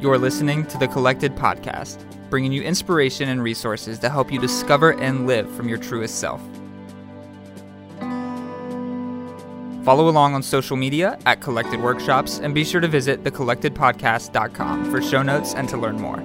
You're listening to the Collected Podcast, bringing you inspiration and resources to help you discover and live from your truest self. Follow along on social media at Collected Workshops and be sure to visit thecollectedpodcast.com for show notes and to learn more.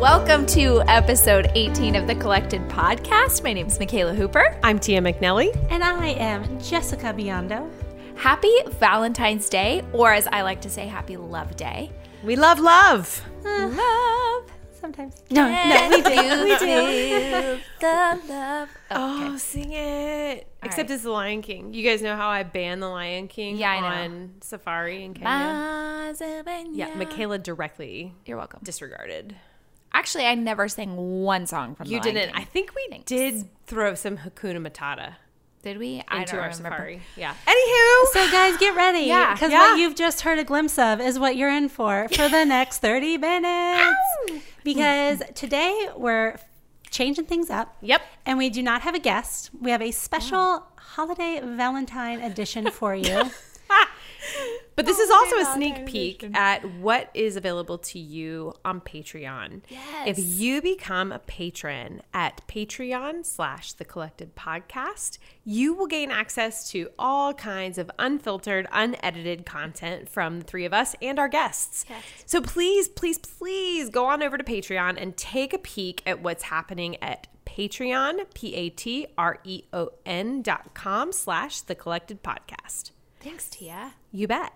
Welcome to episode 18 of the Collected Podcast. My name is Michaela Hooper. I'm Tia McNelly. And I am Jessica Biondo. Happy Valentine's Day, or as I like to say, Happy Love Day. We love love. Love. Sometimes. No, no, we do. You We do. feel the love. Okay. Oh, sing it. Except right. it's the Lion King. You guys know how I banned the Lion King Yeah, I know. on Safari in Kenya. Mazebeña. Yeah, Michaela directly You're welcome. disregarded. Actually, I never sang one song from You The Lion didn't. I King. think we Thanks. did throw some Hakuna Matata Did we? I into don't our remember. Safari. Yeah. Anywho, So, guys, get ready. Yeah, Because yeah. what you've just heard a glimpse of is what you're in for for the next 30 minutes. Because today we're changing things up. Yep. Oh. And we do not have a guest. We have a special holiday Valentine edition for you. But this is also a sneak peek at what is available to you on Patreon. If you become a patron at Patreon slash the collected podcast, you will gain access to all kinds of unfiltered, unedited content from the three of us and our guests. So please, please, please go on over to Patreon and take a peek at what's happening at Patreon, P A T R E O N dot com slash the collected podcast. Thanks, Tia. You bet.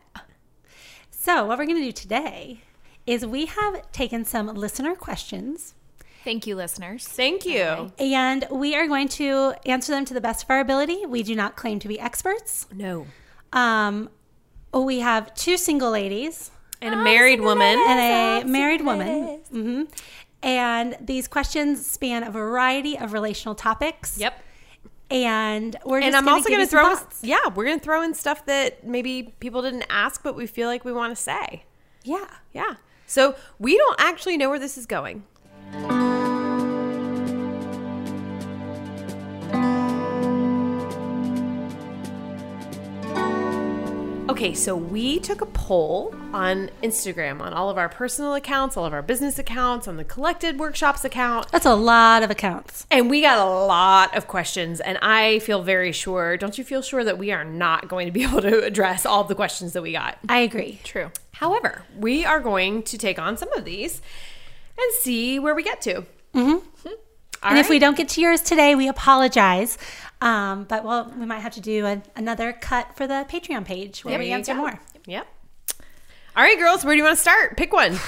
so, what we're going to do today is we have taken some listener questions Thank you, listeners. Thank you. and we are going to answer them to the best of our ability. We do not claim to be experts. No. Um, we have two single ladies And a married woman. and a married woman. hmm And these questions span a variety of relational topics. Yep. And we're just And I'm also going to throw, yeah, we're going to throw in stuff that maybe people didn't ask, but we feel like we want to say. Yeah. Yeah. So we don't actually know where this is going. Okay, so we took a poll on Instagram, on all of our personal accounts, all of our business accounts, on the collected workshops account, That's a lot of accounts. And we got a lot of questions, and I feel very sure. Don't you feel sure that we are not going to be able to address all the questions that we got? I agree. True. However, we are going to take on some of these and see where we get to. Mm-hmm. and if we don't get to yours today, we apologize. Um, but well, we might have to do an another cut for the Patreon page where we you answer go. more. Yep. All right, girls, where do you want to start? Pick one.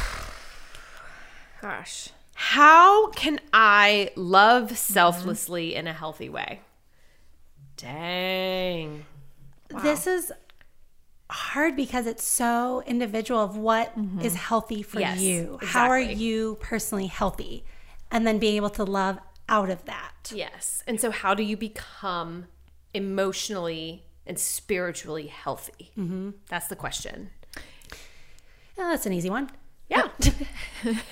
Gosh. How can I Mm-hmm. love selflessly in a healthy way? Dang. This is hard because it's so individual of what is healthy for Mm-hmm. Yes, you. How are exactly. you personally healthy? And then being able to love out of that. Yes. And so, how do you become emotionally and spiritually healthy? Mm-hmm. That's the question. Oh, that's an easy one. Yeah.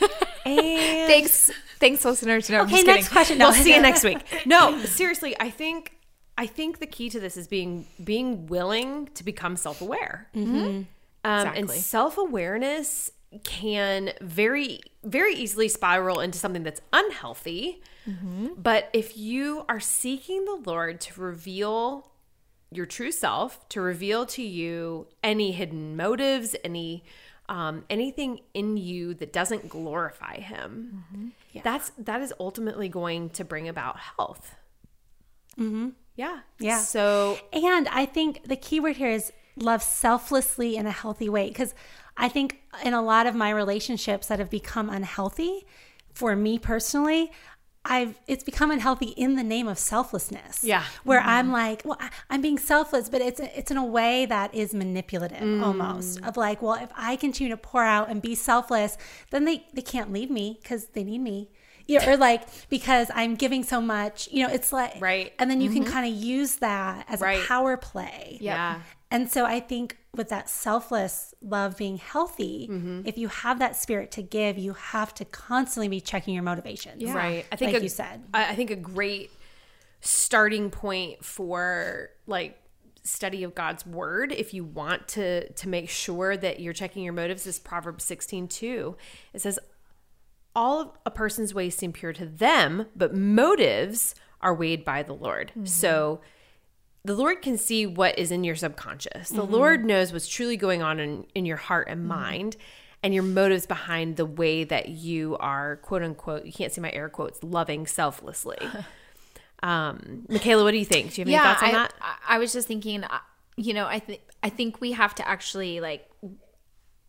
and Thanks, thanks, listeners. No, I'm Okay, just next kidding. question. No. we'll see you next week. No, seriously, I think I think the key to this is being being willing to become self aware. Um, And Exactly. self awareness can very, very easily spiral into something that's unhealthy. But if you are seeking the Lord to reveal your true self, to reveal to you any hidden motives, any um, anything in you that doesn't glorify Him, that's that is ultimately going to bring about health. Yeah. Yeah. So And I think the key word here is love selflessly in a healthy way. Because I think in a lot of my relationships that have become unhealthy, for me personally, I've it's become unhealthy in the name of selflessness. Yeah. Mm-hmm. where I'm like, well, I, I'm being selfless, but it's it's in a way that is manipulative Mm. almost. Of like, well, if I continue to pour out and be selfless, then they they can't leave me because they need me. Yeah, or like because I'm giving so much, you know, it's like Right. and then you can kind of use that as Mm-hmm. Right. a power play. yeah. And so I think with that selfless love being healthy, Mm-hmm. if you have that spirit to give, you have to constantly be checking your motivations. Right. I think Like a- you said. I, I think a great starting point for like study of God's word, if you want to to make sure that you're checking your motives, is Proverbs sixteen two. It says, "All of a person's ways seem pure to them, but motives are weighed by the Lord." Mm-hmm. So. The Lord can see what is in your subconscious. Mm-hmm. The Lord knows what's truly going on in, in your heart and mind and your motives behind the way that you are, quote unquote, you can't see my air quotes, loving selflessly. um, Michaela, what do you think? Do you have any thoughts on I, that? I, I was just thinking, uh, you know, I think I think we have to actually like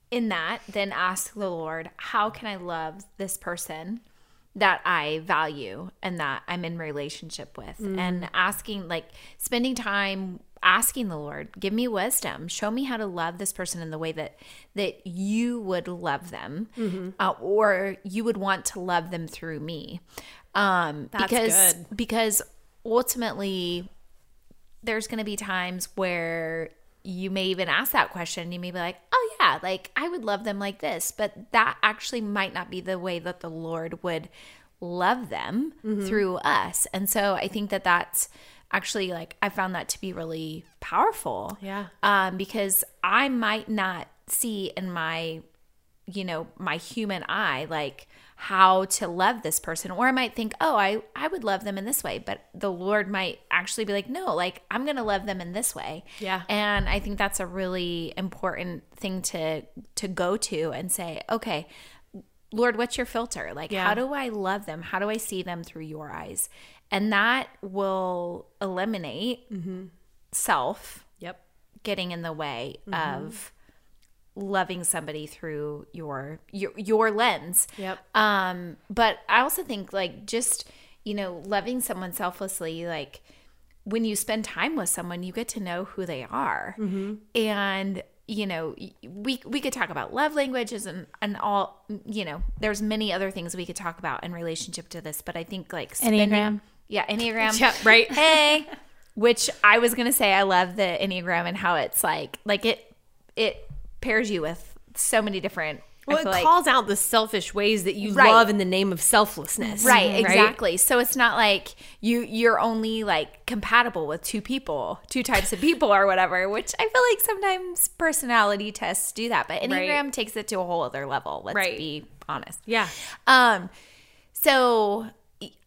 in that then ask the Lord, how can I love this person that I value and that I'm in relationship with, Mm. and asking like spending time asking the Lord, give me wisdom, show me how to love this person in the way that that you would love them, Mm-hmm. uh, or you would want to love them through me, um, because good. because ultimately there's going to be times where you may even ask that question. You may be like, oh, yeah, like I would love them like this. But that actually might not be the way that the Lord would love them through us. And so I think that that's actually like, I found that to be really powerful. Yeah. Um, because I might not see in my you know my human eye like how to love this person or i might think oh i i would love them in this way but the lord might actually be like no like i'm gonna love them in this way Yeah. and i think that's a really important thing to to go to and say okay lord what's your filter like Yeah. how do i love them how do i see them through your eyes and that will eliminate Mm-hmm. self yep. getting in the way of loving somebody through your your your lens. Yep. Um but I also think like just you know loving someone selflessly like when you spend time with someone you get to know who they are. Mm-hmm. And you know y- we we could talk about love languages and and all you know there's many other things we could talk about in relationship to this but I think like spending, Enneagram. Yeah, Enneagram. Yeah, right. Hey. Which I was gonna say I love the Enneagram and how it's like like it it pairs you with so many different I Well, it feel like- calls out the selfish ways that you Right. love in the name of selflessness. Right, exactly. So it's not like you you're only like compatible with two people, two types of people or whatever, which I feel like sometimes personality tests do that, but Enneagram takes it to a whole other level. Let's Right. be honest. Yeah. Um, so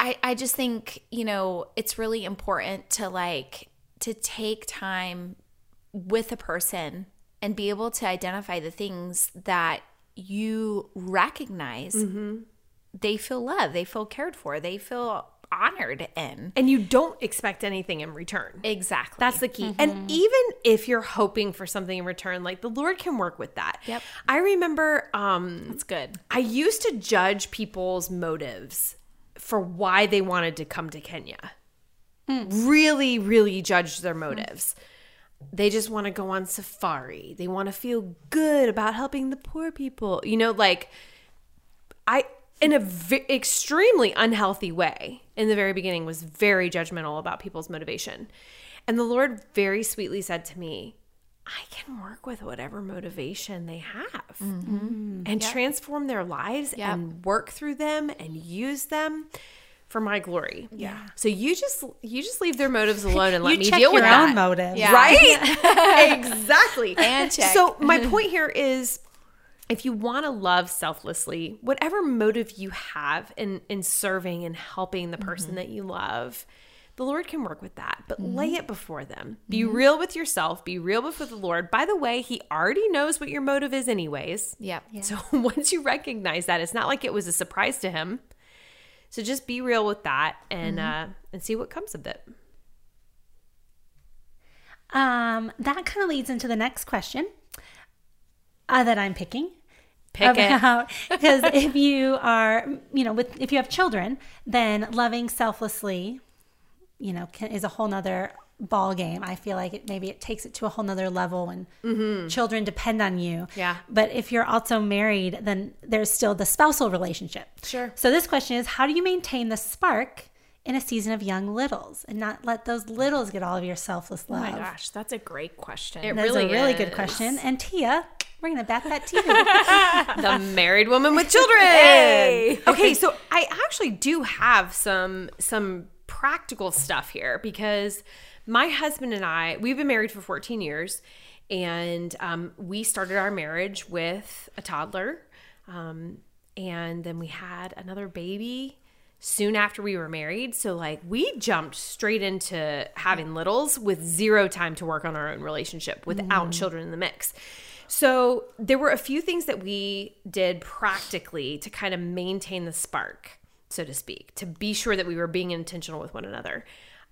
I, I just think, you know, it's really important to like to take time with a person and be able to identify the things that you recognize Mm-hmm. they feel loved, they feel cared for, they feel honored in. And you don't expect anything in return. Exactly. That's the key. Mm-hmm. And even if you're hoping for something in return, like the Lord can work with that. Yep. I remember um that's good. I used to judge people's motives for why they wanted to come to Kenya. Mm. Really, really judge their Mm-hmm. motives. They just want to go on safari. They want to feel good about helping the poor people. You know, like I in a v- extremely unhealthy way in the very beginning was very judgmental about people's motivation. And the Lord very sweetly said to me, I can work with whatever motivation they have Mm-hmm. and transform their lives and work through them and use them for my glory. Yeah. So you just you just leave their motives alone and let you me check deal your with own that. motives. Yeah. Right? exactly. And check. So my point here is if you want to love selflessly, whatever motive you have in in serving and helping the person Mm-hmm. that you love, the Lord can work with that. But lay it before them. Be Mm-hmm. real with yourself, be real before the Lord. By the way, he already knows what your motive is anyways. Yep. So once you recognize that, it's not like it was a surprise to him. So just be real with that and Mm-hmm. uh and see what comes of it. Um, that kind of leads into the next question uh, that I'm picking. Pick it. about because if you are you know with if you have children then loving selflessly you know can, is a whole nother ball game i feel like it maybe it takes it to a whole nother level when children depend on you Mm-hmm. Yeah. but if you're also married then there's still the spousal relationship Sure. so this question is how do you maintain the spark in a season of young littles and not let those littles get all of your selfless love? Oh my gosh, that's a great question. It That's really, a really is. good question. And Tia, we're going to bat that to you. the married woman with children. Okay, so I actually do have some some practical stuff here because my husband and I we've been married for 14 years, and um, we started our marriage with a toddler, um, and then we had another baby soon after we were married. So like we jumped straight into having littles with zero time to work on our own relationship without children in the mix. So there were a few things that we did practically to kind of maintain the spark, so to speak, to be sure that we were being intentional with one another.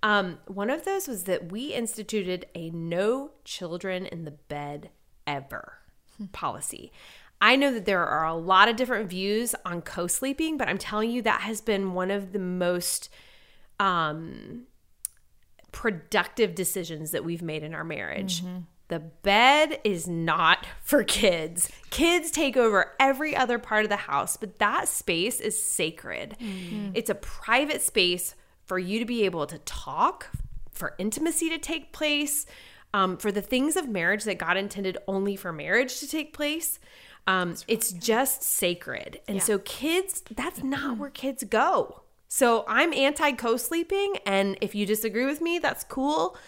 Um, one of those was that we instituted a no children in the bed ever policy. I know that there are a lot of different views on co sleeping, but I'm telling you, that has been one of the most um, productive decisions that we've made in our marriage. The bed is not for kids. Kids take over every other part of the house, but that space is sacred. It's a private space for you to be able to talk, for intimacy to take place, um, for the things of marriage that God intended only for marriage to take place. Um, it's just sacred. And so, kids, that's not where kids go. So, I'm anti co sleeping. And if you disagree with me, that's cool.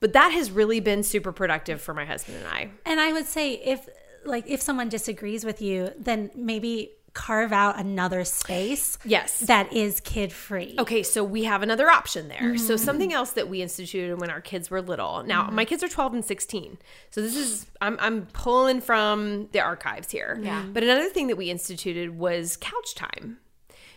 But that has really been super productive for my husband and I. And I would say if like if someone disagrees with you, then maybe carve out another space Yes. Oh. that is kid free. Okay, so we have another option there. So something else that we instituted when our kids were little. Now my kids are 12 and 16, so this is I'm I'm pulling from the archives here. Yeah. But another thing that we instituted was couch time.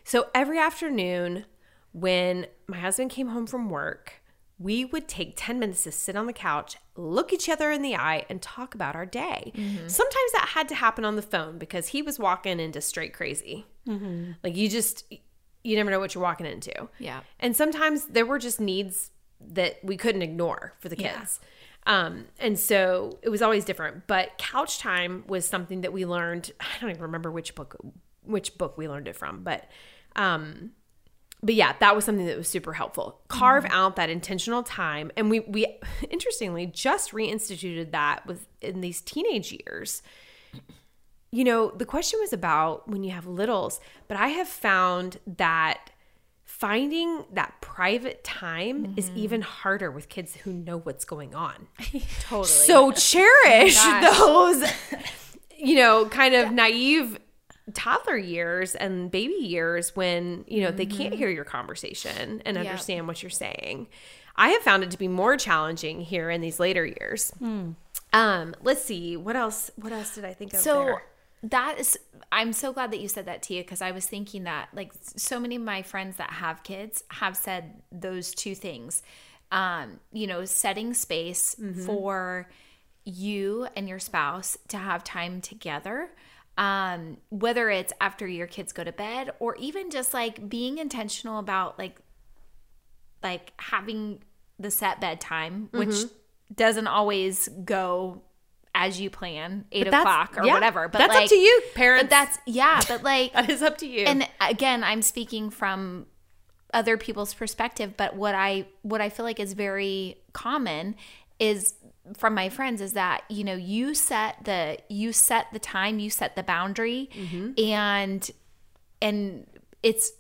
So every afternoon, when my husband came home from work, we would take 10 minutes to sit on the couch, look each other in the eye, and talk about our day. Sometimes that had to happen on the phone because he was walking into straight crazy. Like you just, you never know what you're walking into. Yeah. And sometimes there were just needs that we couldn't ignore for the kids. Um, and so it was always different. But couch time was something that we learned. I don't even remember which book which book we learned it from, but um, but yeah, that was something that was super helpful. Carve out that intentional time, and we we interestingly just reinstituted that with in these teenage years. You know, the question was about when you have littles, but I have found that finding that private time is Mm-hmm. even harder with kids who know what's going on. Totally. So cherish those, you know, kind of naive toddler years and baby years when, you know, they can't Mm-hmm. hear your conversation and understand what you're saying. I have found it to be more challenging here in these later years. Hmm. Um, let's see. What else what else did I think of so there? that is i'm so glad that you said that tia because i was thinking that like so many of my friends that have kids have said those two things um you know setting space Mm-hmm. for you and your spouse to have time together um whether it's after your kids go to bed or even just like being intentional about like like having the set bedtime, Mm-hmm. which doesn't always go as you plan, eight that's- o'clock or yeah, whatever. But that's up like- to you, But parents. that's yeah, but like That is up to you. and again, I'm speaking from other people's perspective, but what I what I feel like is very common is from my friends is that you know you set the you set the time, you set the boundary, Mm-hmm. and and it's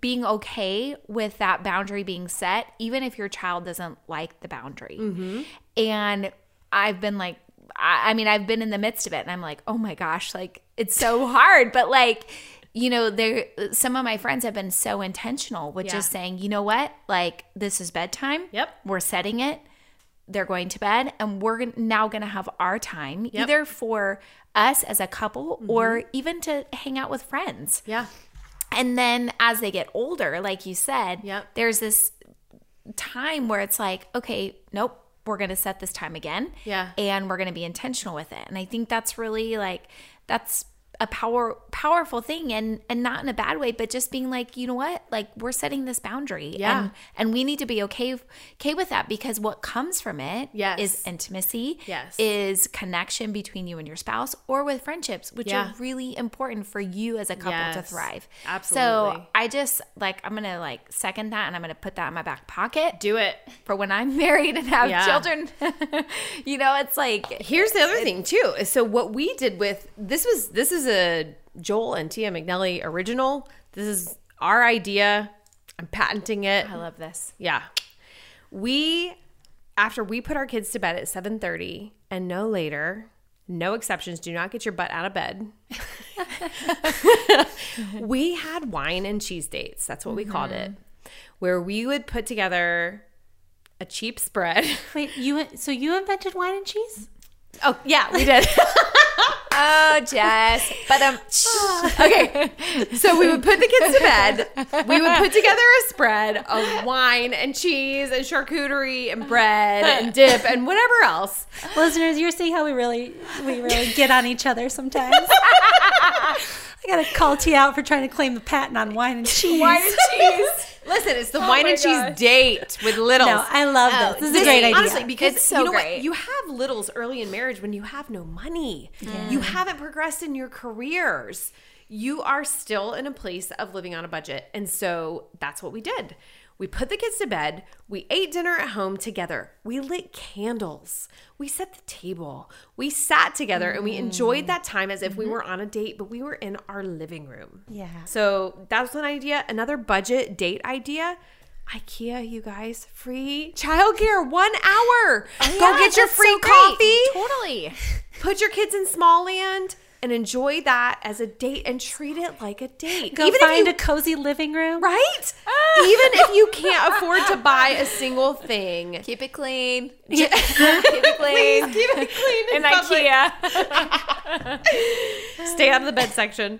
being okay with that boundary being set even if your child doesn't like the boundary and i've been like I, I mean i've been in the midst of it and i'm like oh my gosh like it's so hard but like you know there some of my friends have been so intentional with just saying you know what like this is bedtime Yep. we're setting it they're going to bed and we're gon- now going to have our time either for us as a couple or even to hang out with friends yeah. and then as they get older, like you said, Yep. there's this time where it's like, okay, nope, we're going to set this time again. Yeah. And we're going to be intentional with it. And I think that's really like, that's a power powerful thing and and not in a bad way but just being like you know what like we're setting this boundary Yeah. and and we need to be okay okay with that because what comes from it is Yes. intimacy Yes. is connection between you and your spouse or with friendships which Yeah. are really important for you as a couple to Yes. thrive so Absolutely. i just like i'm gonna like second that and i'm gonna put that in my back pocket Do it. for when i'm married and have Yeah. children you know it's like Here's the other thing too. is So what we did with this was this is a Joel and Tia McNelly original. This is our idea. I'm patenting it. i love this Yeah. We after we put our kids to bed at 7:30 and no later, no exceptions, do not get your butt out of bed. we had wine and cheese dates. That's what we called Mm-hmm. it. Where we would put together a cheap spread. Wait, you so you invented wine and cheese? Oh, yeah, we did. oh jess but um okay. So we would put the kids to bed. We would put together a spread of wine and cheese and charcuterie and bread and dip and whatever else. Listeners, you're seeing how we really we really get on each other sometimes. I gotta call T out for trying to claim the patent on wine and cheese. cheese. Listen, it's the Oh wine and cheese date with littles. no, I love this. This is a great idea. Oh, Honestly, because It's so you know great. what? You have littles early in marriage when you have no money. You haven't progressed in your careers. You are still in a place of living on a budget. And so that's what we did. We put the kids to bed. We ate dinner at home together. We lit candles. We set the table. We sat together and we enjoyed that time as if we were on a date, but we were in our living room. Yeah. So that's an idea. Another budget date idea. IKEA, you guys, free childcare, one hour. Oh, Go get your free coffee. totally Put your kids in small land and enjoy that as a date and treat it like a date. Go Even if find you- a cozy living room. right? Even if you can't afford to buy a single thing. keep it clean keep it clean Keep it clean in and public. ikea stay out of the bed section.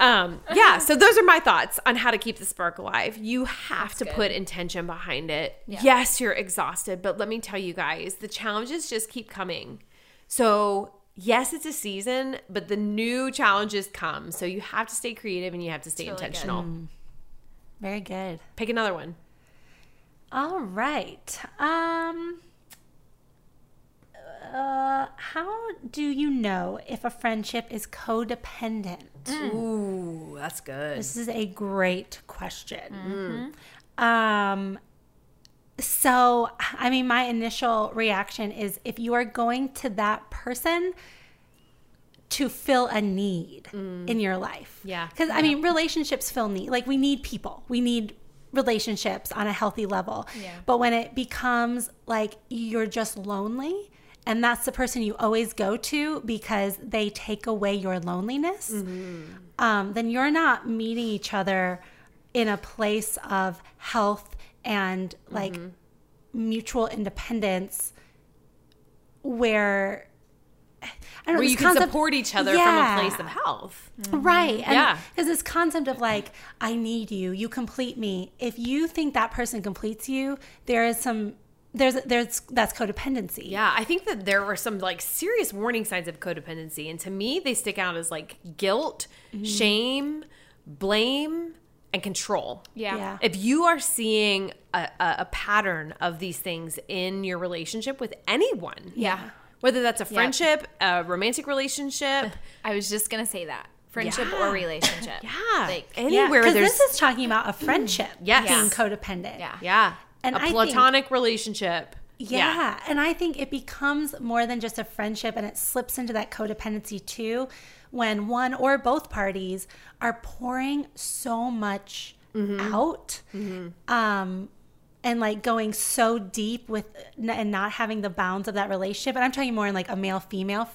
Um, yeah, so those are my thoughts on how to keep the spark alive. You have to put intention behind it. Yes, you're exhausted, but let me tell you guys, the challenges just keep coming. So, yes, it's a season, but the new challenges come. So, you have to stay creative and you have to stay intentional. Very good. Pick another one. All right. Um uh, how do you know if a friendship is codependent? Ooh, that's good. Mm-hmm. This is a great question. Um, so, I mean, my initial reaction is if you are going to that person to fill a need in your life. Mm. Yeah. Because, I mean, relationships fill need. Like, we need people, we need relationships on a healthy level. Yeah. But when it becomes like you're just lonely, and that's the person you always go to because they take away your loneliness um, then you're not meeting each other in a place of health and Mm-hmm. like mutual independence where I don't know, Where this you can concept- support each other Yeah. Mm-hmm. from a place of health. Right. And Yeah. Because this concept of like, I need you, you complete me. If you think that person completes you, there is some, there's, there's, that's codependency. Yeah, I think that there were some like serious warning signs of codependency. And to me, they stick out as like guilt, Mm-hmm. shame, blame, and control. yeah Yeah. If you are seeing a, a, a pattern of these things in your relationship with anyone, Yeah. whether that's a friendship, a romantic relationship, i was just gonna say that friendship Yeah. or relationship Uh, yeah, like anywhere Because there's ah, this is talking about a friendship Yes. being Yeah. codependent. Yeah. yeah, And a I think- platonic relationship. Yeah. And I think it becomes more than just a friendship and it slips into that codependency too when one or both parties are pouring so much out um, and like going so deep with and not having the bounds of that relationship. And I'm talking more in like a male female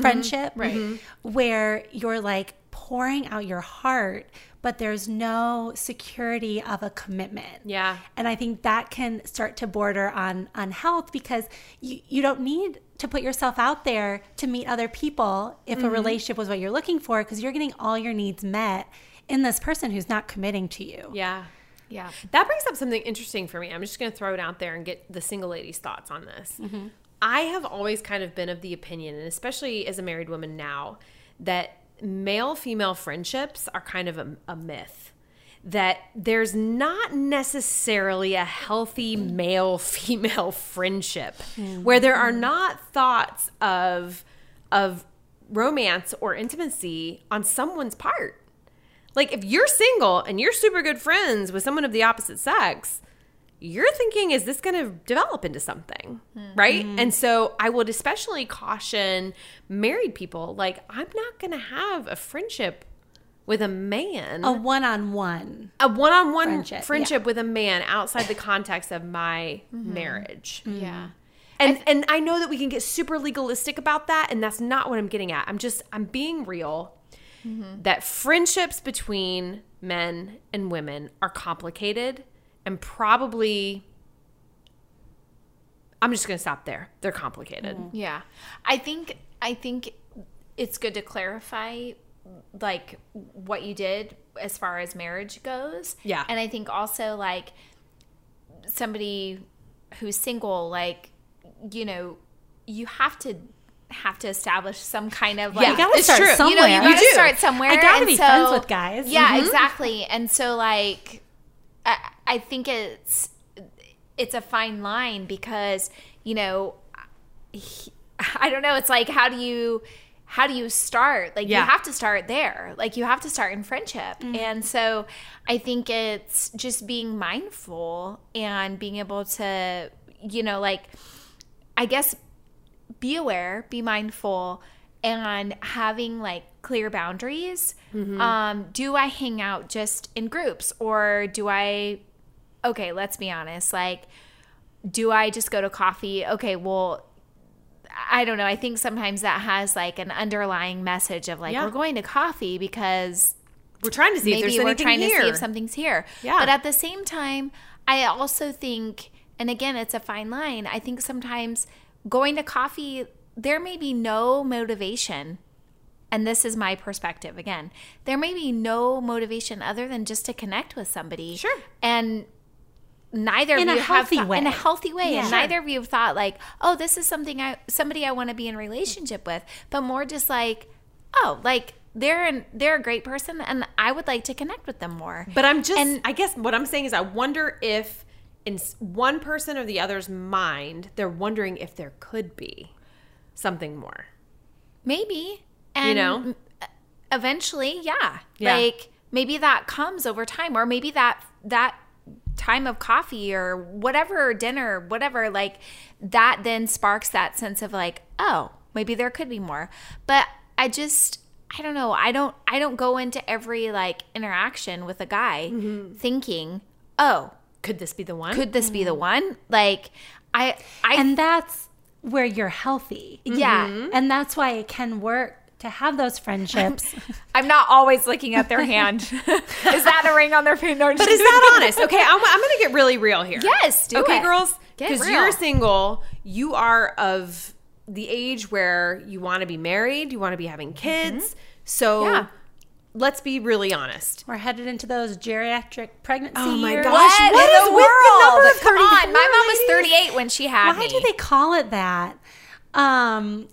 friendship, Mm-hmm. right? Where you're like pouring out your heart, but there's no security of a commitment. Yeah. And I think that can start to border on on health because you, you don't need to put yourself out there to meet other people if Mm-hmm. a relationship was what you're looking for because you're getting all your needs met in this person who's not committing to you. Yeah. yeah That brings up something interesting for me. I'm just going to throw it out there and get the single ladies' thoughts on this. I have always kind of been of the opinion, and especially as a married woman now, that male female friendships are kind of a, a myth that there's not necessarily a healthy male female friendship where there are not thoughts of of romance or intimacy on someone's part like if you're single and you're super good friends with someone of the opposite sex you're thinking is this going to develop into something right and so i would especially caution married people like i'm not going to have a friendship with a man A one on one. a one-on-one Oh, Friendship, friendship, with a man outside the context of my marriage. Yeah. And and I know that we can get super legalistic about that and that's not what I'm getting at. I'm just I'm being real Mm-hmm. that friendships between men and women are complicated and probably I'm just going to stop there. They're complicated. Yeah. I think I think it's good to clarify like what you did as far as marriage goes. Yeah. And I think also like somebody who's single like you know, you have to have to establish some kind of like You gotta start You know, somewhere. you You gotta do. start somewhere. I gotta and be so- friends with guys. Mm-hmm. Yeah, exactly. And so like I, I think it's it's a fine line because you know he- I don't know. It's like how do you how do you start? Like Yeah. you have to start there. Like you have to start in friendship. Mm-hmm. And so I think it's just being mindful and being able to you know like I guess be aware, be mindful, and having like clear boundaries. Um, do I hang out just in groups or do I, okay, let's be honest, like, do I just go to coffee? Okay, well, I don't know. I think sometimes that has like an underlying message of like, Yeah. we're going to coffee because We're trying to see if maybe there's we're anything trying here. to see if something's here. Yeah. But at the same time, I also think, and again, it's a fine line. I think sometimes going to coffee, there may be no motivation. And this is my perspective again. There may be no motivation other than just to connect with somebody. Sure. And neither In of a you have healthy thought- in way. a healthy way and Sure. neither of you have thought like oh this is something i somebody i want to be in relationship with but more just like oh like they're an, they're a great person and i would like to connect with them more But I'm just, And- I guess what I'm saying is, I wonder if in s- one person or the other's mind, they're wondering if there could be something more. maybe and uh, know? eventually yeah. Yeah. like maybe that comes over time or maybe that that time of coffee or whatever dinner whatever like that then sparks that sense of like oh maybe there could be more but i just i don't know i don't i don't go into every like interaction with a guy Mm-hmm. thinking oh Could this be the one? could this be Mm-hmm. the one like i i And that's where you're healthy. yeah And that's why it can work to have those friendships. i'm not always looking at their hand is that a ring on their finger but is that honest? Okay, I'm, I'm going to get really real here. Yes, do okay, it. girls, Get because real. you're single, you are of the age where you want to be married, you want to be having kids. So Mm-hmm. Yeah. let's be really honest. We're headed into those geriatric pregnancy oh my years. gosh. what What? What in is the with the number world? of Come on, 34 my mom was ladies? 38 when she had Why me. do they call it that? Um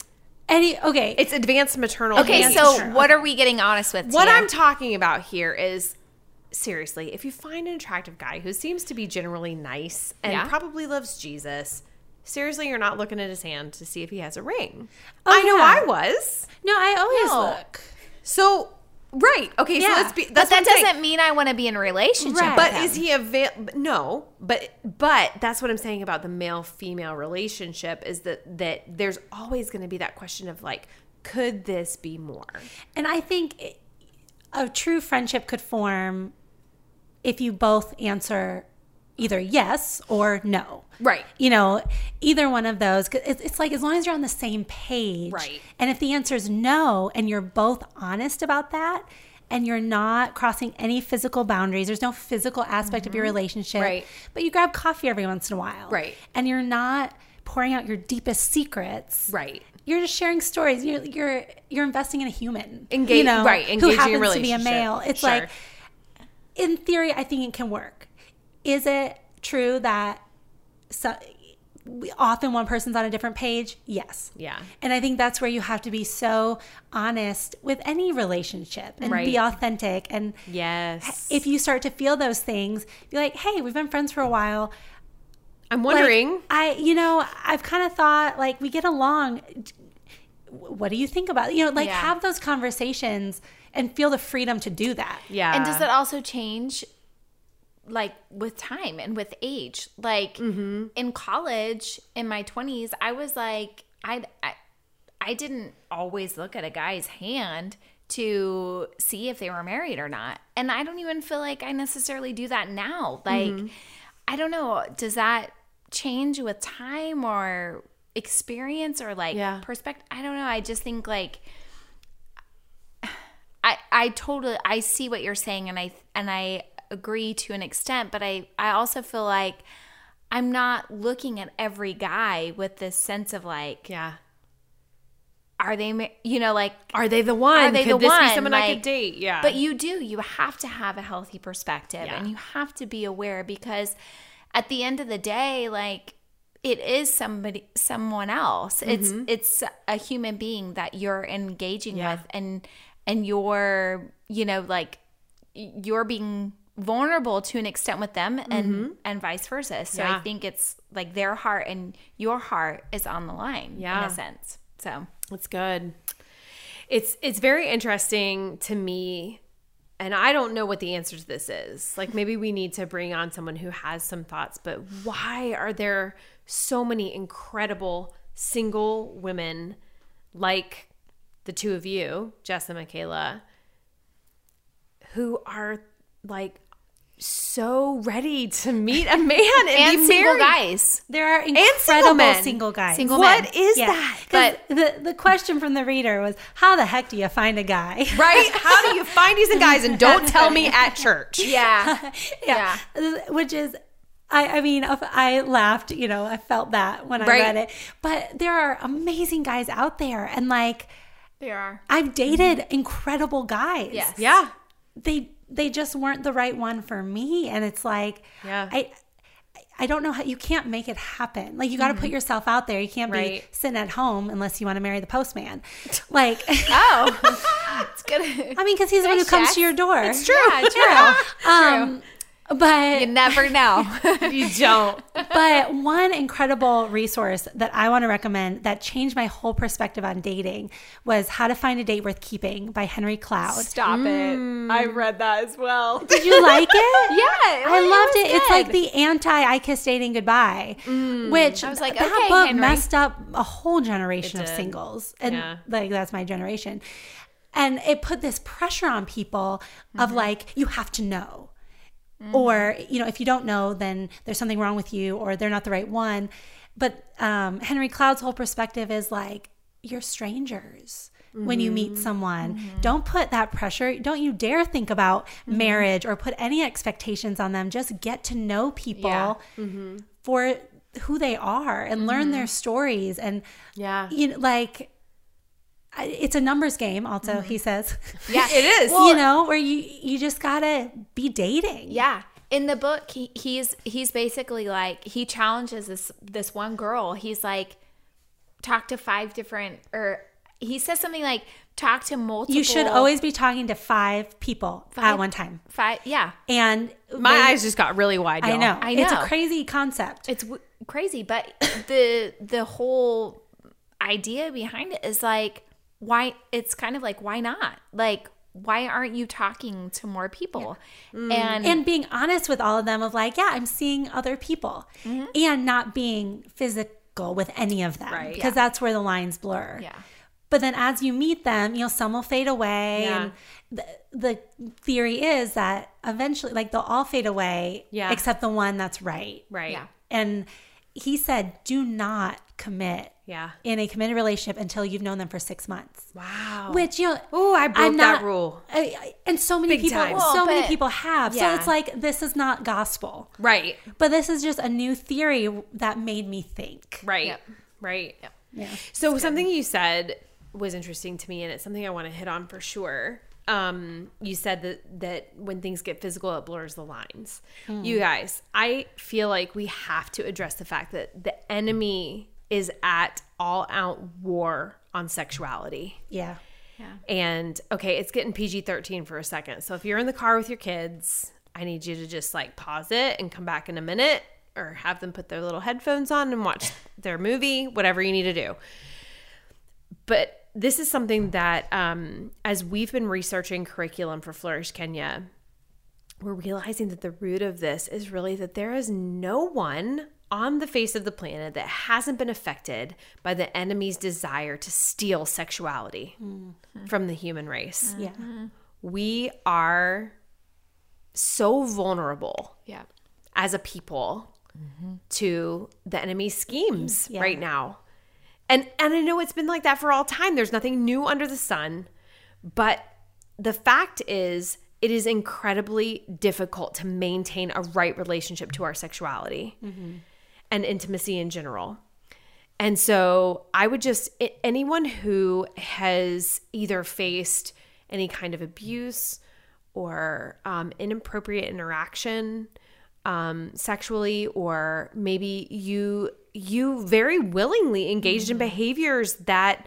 any okay. It's advanced maternal. okay, age. so what are we getting honest with? What Tia? I'm talking about here is seriously, if you find an attractive guy who seems to be generally nice and Yeah. probably loves Jesus, seriously, you're not looking at his hand to see if he has a ring. Oh, I know yeah. I was. no, I always No. look. So, right. Okay, so let's be. but That's that what I'm saying. doesn't mean I want to be in a relationship. Right. with But is he avail? No, but but that's what I'm saying about the male female relationship is that that there's always going to be that question of like, could this be more? And I think it, a true friendship could form if you both answer either yes or no. Right. You know, either one of those. 'Cause It's, it's like as long as you're on the same page. Right. And if the answer is no, and you're both honest about that, and you're not crossing any physical boundaries, there's no physical aspect of your relationship. Mm-hmm. Right. But you grab coffee every once in a while. Right. And you're not pouring out your deepest secrets Right. you're just sharing stories. You're you're you're investing in a human, Engage- you know, right, engaging who in happens to be relationship. a male. It's Sure. like, in theory, I think it can work. Is it true that so, we, often one person's on a different page. Yes. Yeah. And I think that's where you have to be so honest with any relationship and Right. be authentic. And Yes. if you start to feel those things, be like, hey, we've been friends for a while. I'm Like, wondering. I, you know, I've kind of thought like we get along. What do you think about, you know, like Yeah. have those conversations and feel the freedom to do that. yeah. And does that also change like with time and with age? Like Mm-hmm. in college in my 20s, I was like I I I didn't always look at a guy's hand to see if they were married or not. And I don't even feel like I necessarily do that now. Like Mm-hmm. I don't know, does that change with time or experience or like Yeah. perspective? I don't know. I just think like I I totally I see what you're saying and I and I agree to an extent, but I I also feel like I'm not looking at every guy with this sense of like Yeah. are they ma- you know like Are they the one? Are they could the this be one? someone I could Like, date? Yeah. But you do. You have to have a healthy perspective Yeah. and you have to be aware because at the end of the day, like it is somebody someone else. It's it's a human being that you're engaging Mm-hmm. Yeah. with and and you're, you know, like you're being vulnerable to an extent with them and and vice versa. So I Mm-hmm. Yeah. think it's like their heart and your heart is on the line in Yeah. a sense. So That's good. It's it's very interesting to me, and I don't know what the answer to this is. Like maybe we need to bring on someone who has some thoughts, but why are there so many incredible single women like the two of you, Jess and Michaela, who are like so ready to meet a man and, and be single married? guys. There are single incredible men. single guys. Single men. What is Yeah. that? 'Cause the, the question from the reader was, how the heck do you find a guy? right? How do you find these guys and don't tell me at church? Yeah. yeah. Which is, I, I mean, if I laughed, you know, I felt that when Right. I read it. But there are amazing guys out there. And like, They are. I've dated incredible guys. Yes. Yeah. They, they just weren't the right one for me. And it's like, Yeah. I, I don't know how you can't make it happen. Like you got to put yourself out there. You can't Right. be sitting at home unless you want to marry the postman. Like, Oh, it's good. I mean, because he's the one who Thanks, comes Jess. to your door. It's True. Yeah, true. Um, But You never know. You don't. but one incredible resource that I want to recommend that changed my whole perspective on dating was How to Find a Date Worth Keeping by Henry Cloud. Stop it. I read that as well. Did you like it? Yeah, I it loved was it. It's like good. the anti I Kiss Dating Goodbye, which I Mm. was like, that okay, book Henry. messed up a whole generation It of did. singles. And Yeah. like, that's my generation. And it put this pressure on people of Mm-hmm. like, you have to know. Or, you know, if you don't know, then there's something wrong with you or they're not the right one. But um, Henry Cloud's whole perspective is like, you're strangers when you meet Mm-hmm. someone. Don't put that pressure. Don't you dare think about Mm-hmm. marriage or put any expectations on them. Just get to know people Yeah. Mm-hmm. for who they are and learn their stories and Yeah. you know like I- it's a numbers game also he says Mm-hmm. Yeah, it is. you know where you you just gotta be dating Yeah. In the book, he, he's he's basically like he challenges this this one girl. He's like, talk to five different, or he says something like, talk to multiple. you should always be talking to five people at Five? one time five. Yeah, and My they- eyes just got really wide. I y'all. know. I It's a know. crazy concept. it's w- crazy but the the whole idea behind it is like why it's kind of like why not like why aren't you talking to more people Mm. and, and being honest with all of them of like yeah i'm seeing other people and not being physical with any of them Right. because that's where the lines blur yeah but then as you meet them you know some will fade away Yeah. and the, the theory is that eventually like they'll all fade away Yeah. except the one that's right Right. yeah and he said do not commit Yeah. in a committed relationship until you've known them for six months Wow. which you know Ooh, I broke I'm that not- rule. I- I- and so many people time. so Well, many but- people have yeah. so it's like this is not gospel Right. but this is just a new theory that made me think Right. Yep. Right. yeah So something you said was interesting to me, and it's something I want to hit on for sure. um, you said that that when things get physical, it blurs the lines. Hmm. You guys, I feel like we have to address the fact that the enemy is at all out war on sexuality. Yeah. And okay, it's getting PG 13 for a second. So if you're in the car with your kids, I need you to just like pause it and come back in a minute or have them put their little headphones on and watch their movie, whatever you need to do. But this is something that, um, as we've been researching curriculum for Flourish Kenya, we're realizing that the root of this is really that there is no one on the face of the planet that hasn't been affected by the enemy's desire to steal sexuality from the human race. Yeah. We are so vulnerable Yeah. as a people to the enemy's schemes right now. And and I know it's been like that for all time. There's nothing new under the sun, but the fact is it is incredibly difficult to maintain a right relationship to our sexuality and intimacy in general. And so I would just, a- anyone who has either faced any kind of abuse or um, inappropriate interaction um, sexually, or maybe you, you very willingly engaged in behaviors that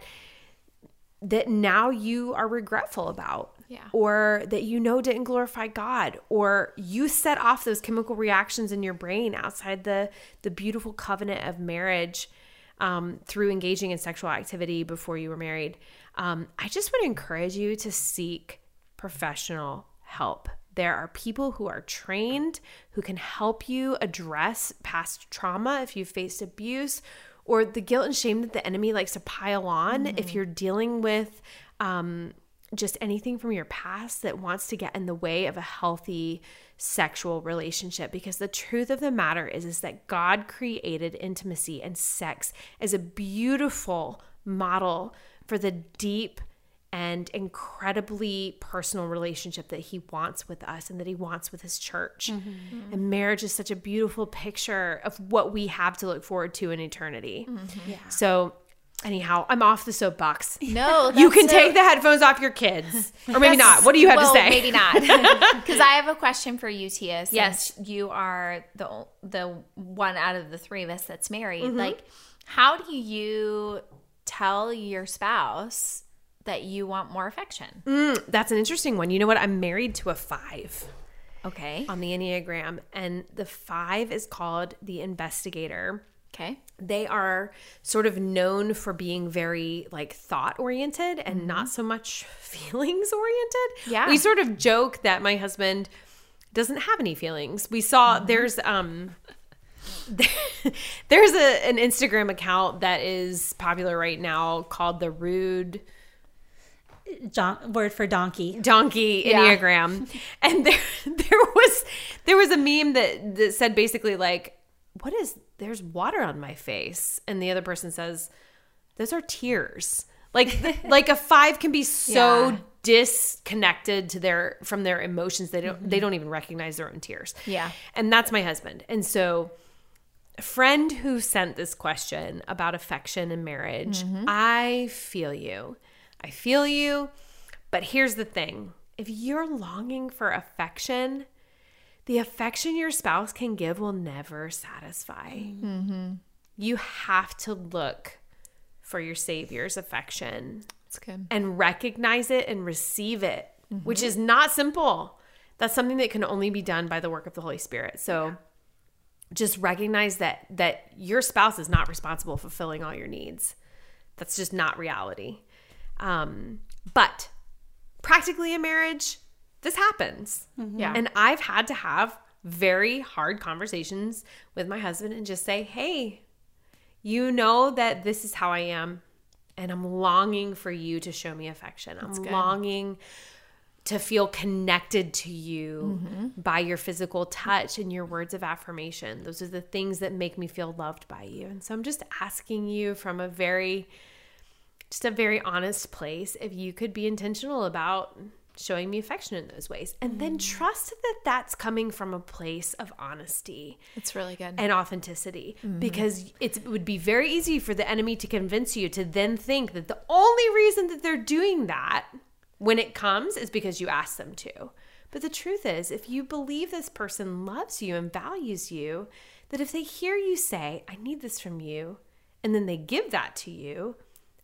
that now you are regretful about Yeah. or that you know didn't glorify God or you set off those chemical reactions in your brain outside the the beautiful covenant of marriage um, through engaging in sexual activity before you were married um, I just would encourage you to seek professional help there are people who are trained who can help you address past trauma if you faced abuse or the guilt and shame that the enemy likes to pile on if you're dealing with um, just anything from your past that wants to get in the way of a healthy sexual relationship because the truth of the matter is is that God created intimacy and sex as a beautiful model for the deep and incredibly personal relationship that he wants with us and that he wants with his church. And marriage is such a beautiful picture of what we have to look forward to in eternity. So, anyhow, I'm off the soapbox. No, you that's can so- take the headphones off your kids, or maybe not. What do you have well, to say? Maybe not, because I have a question for you, Tia. Since Yes. you are the o- the one out of the three of us that's married. Mm-hmm. Like, how do you tell your spouse that you want more affection? Mm. That's an interesting one. You know what? I'm married to a five Okay, on the Enneagram, and the five is called the investigator. okay, they are sort of known for being very like thought oriented and not so much feelings oriented. Yeah. We sort of joke that my husband doesn't have any feelings. We saw there's um there's a, an Instagram account that is popular right now called the rude Don- word for donkey. donkey enneagram and there there was there was a meme that that said basically like what is there's water on my face and the other person says those are tears like th- like a 5 can be so Yeah. disconnected to their from their emotions they don't they don't even recognize their own tears Yeah. and that's my husband and so a friend who sent this question about affection and marriage i feel you i feel you but here's the thing if you're longing for affection, the affection your spouse can give will never satisfy. You have to look for your Savior's affection that's good. and recognize it and receive it, which is not simple. That's something that can only be done by the work of the Holy Spirit. So just recognize that that your spouse is not responsible for fulfilling all your needs. That's just not reality. Um, but practically in marriage, this happens. Yeah. And I've had to have very hard conversations with my husband and just say, "Hey, you know that this is how I am, and I'm longing for you to show me affection. I'm longing to feel connected to you by your physical touch and your words of affirmation. Those are the things that make me feel loved by you. And so I'm just asking you from a very just a very honest place if you could be intentional about showing me affection in those ways and then trust that that's coming from a place of honesty It's really good. and authenticity because it's, it would be very easy for the enemy to convince you to then think that the only reason that they're doing that When it comes, it's because you ask them to. But the truth is, if you believe this person loves you and values you, that if they hear you say, I need this from you, and then they give that to you,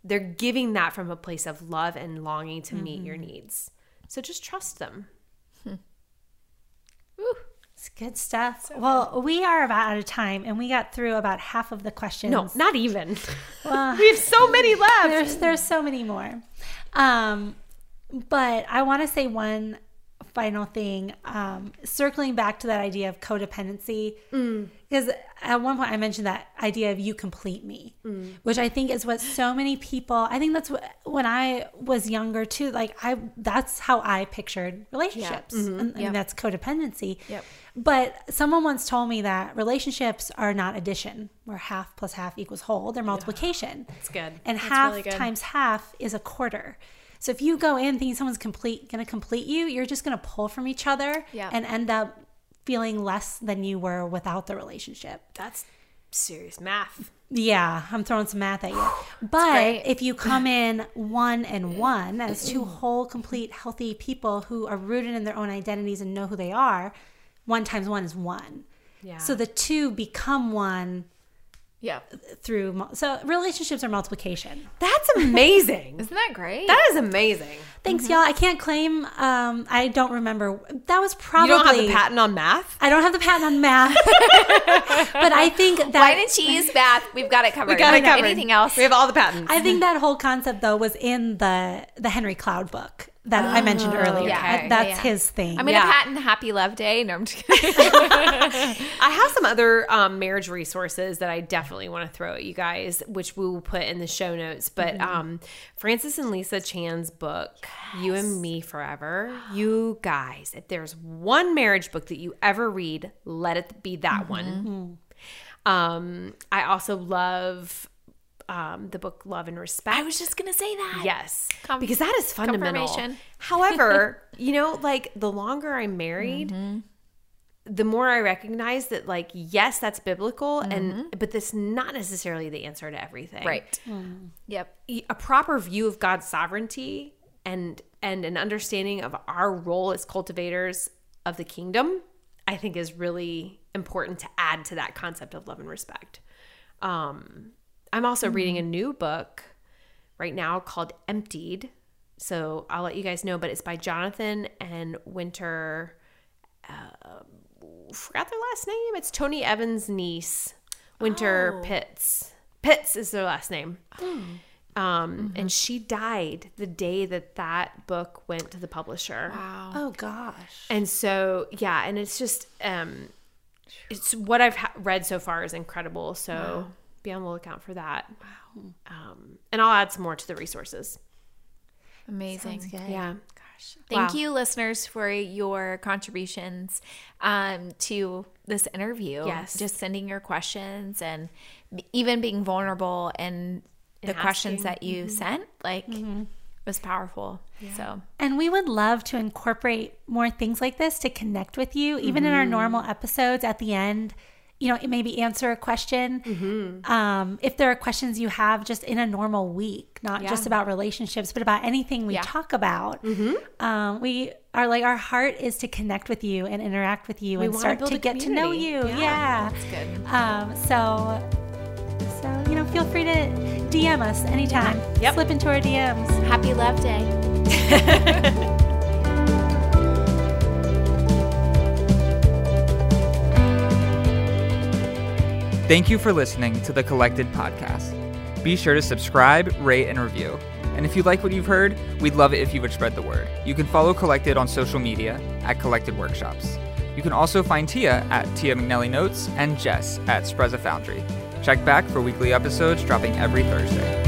they're giving that from a place of love and longing to meet your needs. So just trust them. It's good stuff. well, we are about out of time, and we got through about half of the questions. No, not even. Well, we have so many left. there's there's so many more um but i want to say one final thing um circling back to that idea of codependency because at one point i mentioned that idea of you complete me which i think is what so many people i think that's what when i was younger too like i that's how i pictured relationships and, and that's codependency Yep. but someone once told me that relationships are not addition where half plus half equals whole they're multiplication It's good. and That's half really good. times half is a quarter. So if you go in thinking someone's complete going to complete you, you're just going to pull from each other Yeah. and end up feeling less than you were without the relationship. That's serious math. Yeah, I'm throwing some math at you. But great. if you come in one and one as two whole, complete, healthy people who are rooted in their own identities and know who they are, one times one is one. Yeah. So the two become one Yeah. through. mul- So relationships are multiplication. That's amazing. Isn't that great? that is amazing. Thanks, y'all. I can't claim. Um, I don't remember. That was You probably. don't have the patent on math? I don't have the patent on math, but I think that Wine and cheese bath. We've got it covered. We got it covered. Anything else? We have all the patents. I think that whole concept though was in the the Henry Cloud book that I mentioned earlier. yeah. I- Okay. that's Yeah. his thing. I'm gonna Yeah. patent Happy Love Day. No, I'm just kidding. I have some other um, marriage resources that I definitely want to throw at you guys, which we will put in the show notes. But um, Francis and Lisa Chan's book, You and Me Forever. You guys, if there's one marriage book that you ever read, let it be that one. Um, I also love um, the book Love and Respect. I was just gonna say that. Yes. Com- because that is fundamental. confirmation. However, you know, like the longer I'm married, Mm-hmm. the more I recognize that like yes, that's biblical and but that's not necessarily the answer to everything. Mm-hmm. Right. Hmm. Yep. e, A proper view of God's sovereignty and and an understanding of our role as cultivators of the kingdom, I think is really important to add to that concept of love and respect. Um, I'm also reading a new book right now called Emptied. So I'll let you guys know, but it's by Jonathan and Winter. Uh, forgot their last name. It's Tony Evans' niece, Winter Pitts. Pitts is their last name. Um, And she died the day that that book went to the publisher. oh gosh, And so, yeah, and it's just, um, it's what I've ha- read so far is incredible. So be on the lookout for that. Wow. Um, and I'll add some more to the resources. Amazing. Yeah. Thank Wow. you, listeners, for your contributions um, to this interview. Yes. Just sending your questions and b- even being vulnerable and Mm-hmm. the questions that you sent, like, was powerful. So, And we would love to incorporate more things like this to connect with you, even in our normal Mm-hmm. episodes at the end. You know, maybe answer a question. Mm-hmm. Um, if there are questions you have just in a normal week, not just about relationships, but about anything we Yeah. talk about, Mm-hmm. um, we are like, our heart is to connect with you and interact with you and wanna start build to a get to know you. community. Yeah. it's good. Um, so, so, you know, feel free to DM us anytime. Yep. Slip into our DMs. Happy Love Day. Thank you for listening to the Collected Podcast. Be sure to subscribe, rate, and review. And if you like what you've heard, we'd love it if you would spread the word. You can follow Collected on social media at Collected Workshops. You can also find Tia at Tia McNelly Notes and Jess at Spreza Foundry. Check back for weekly episodes dropping every Thursday.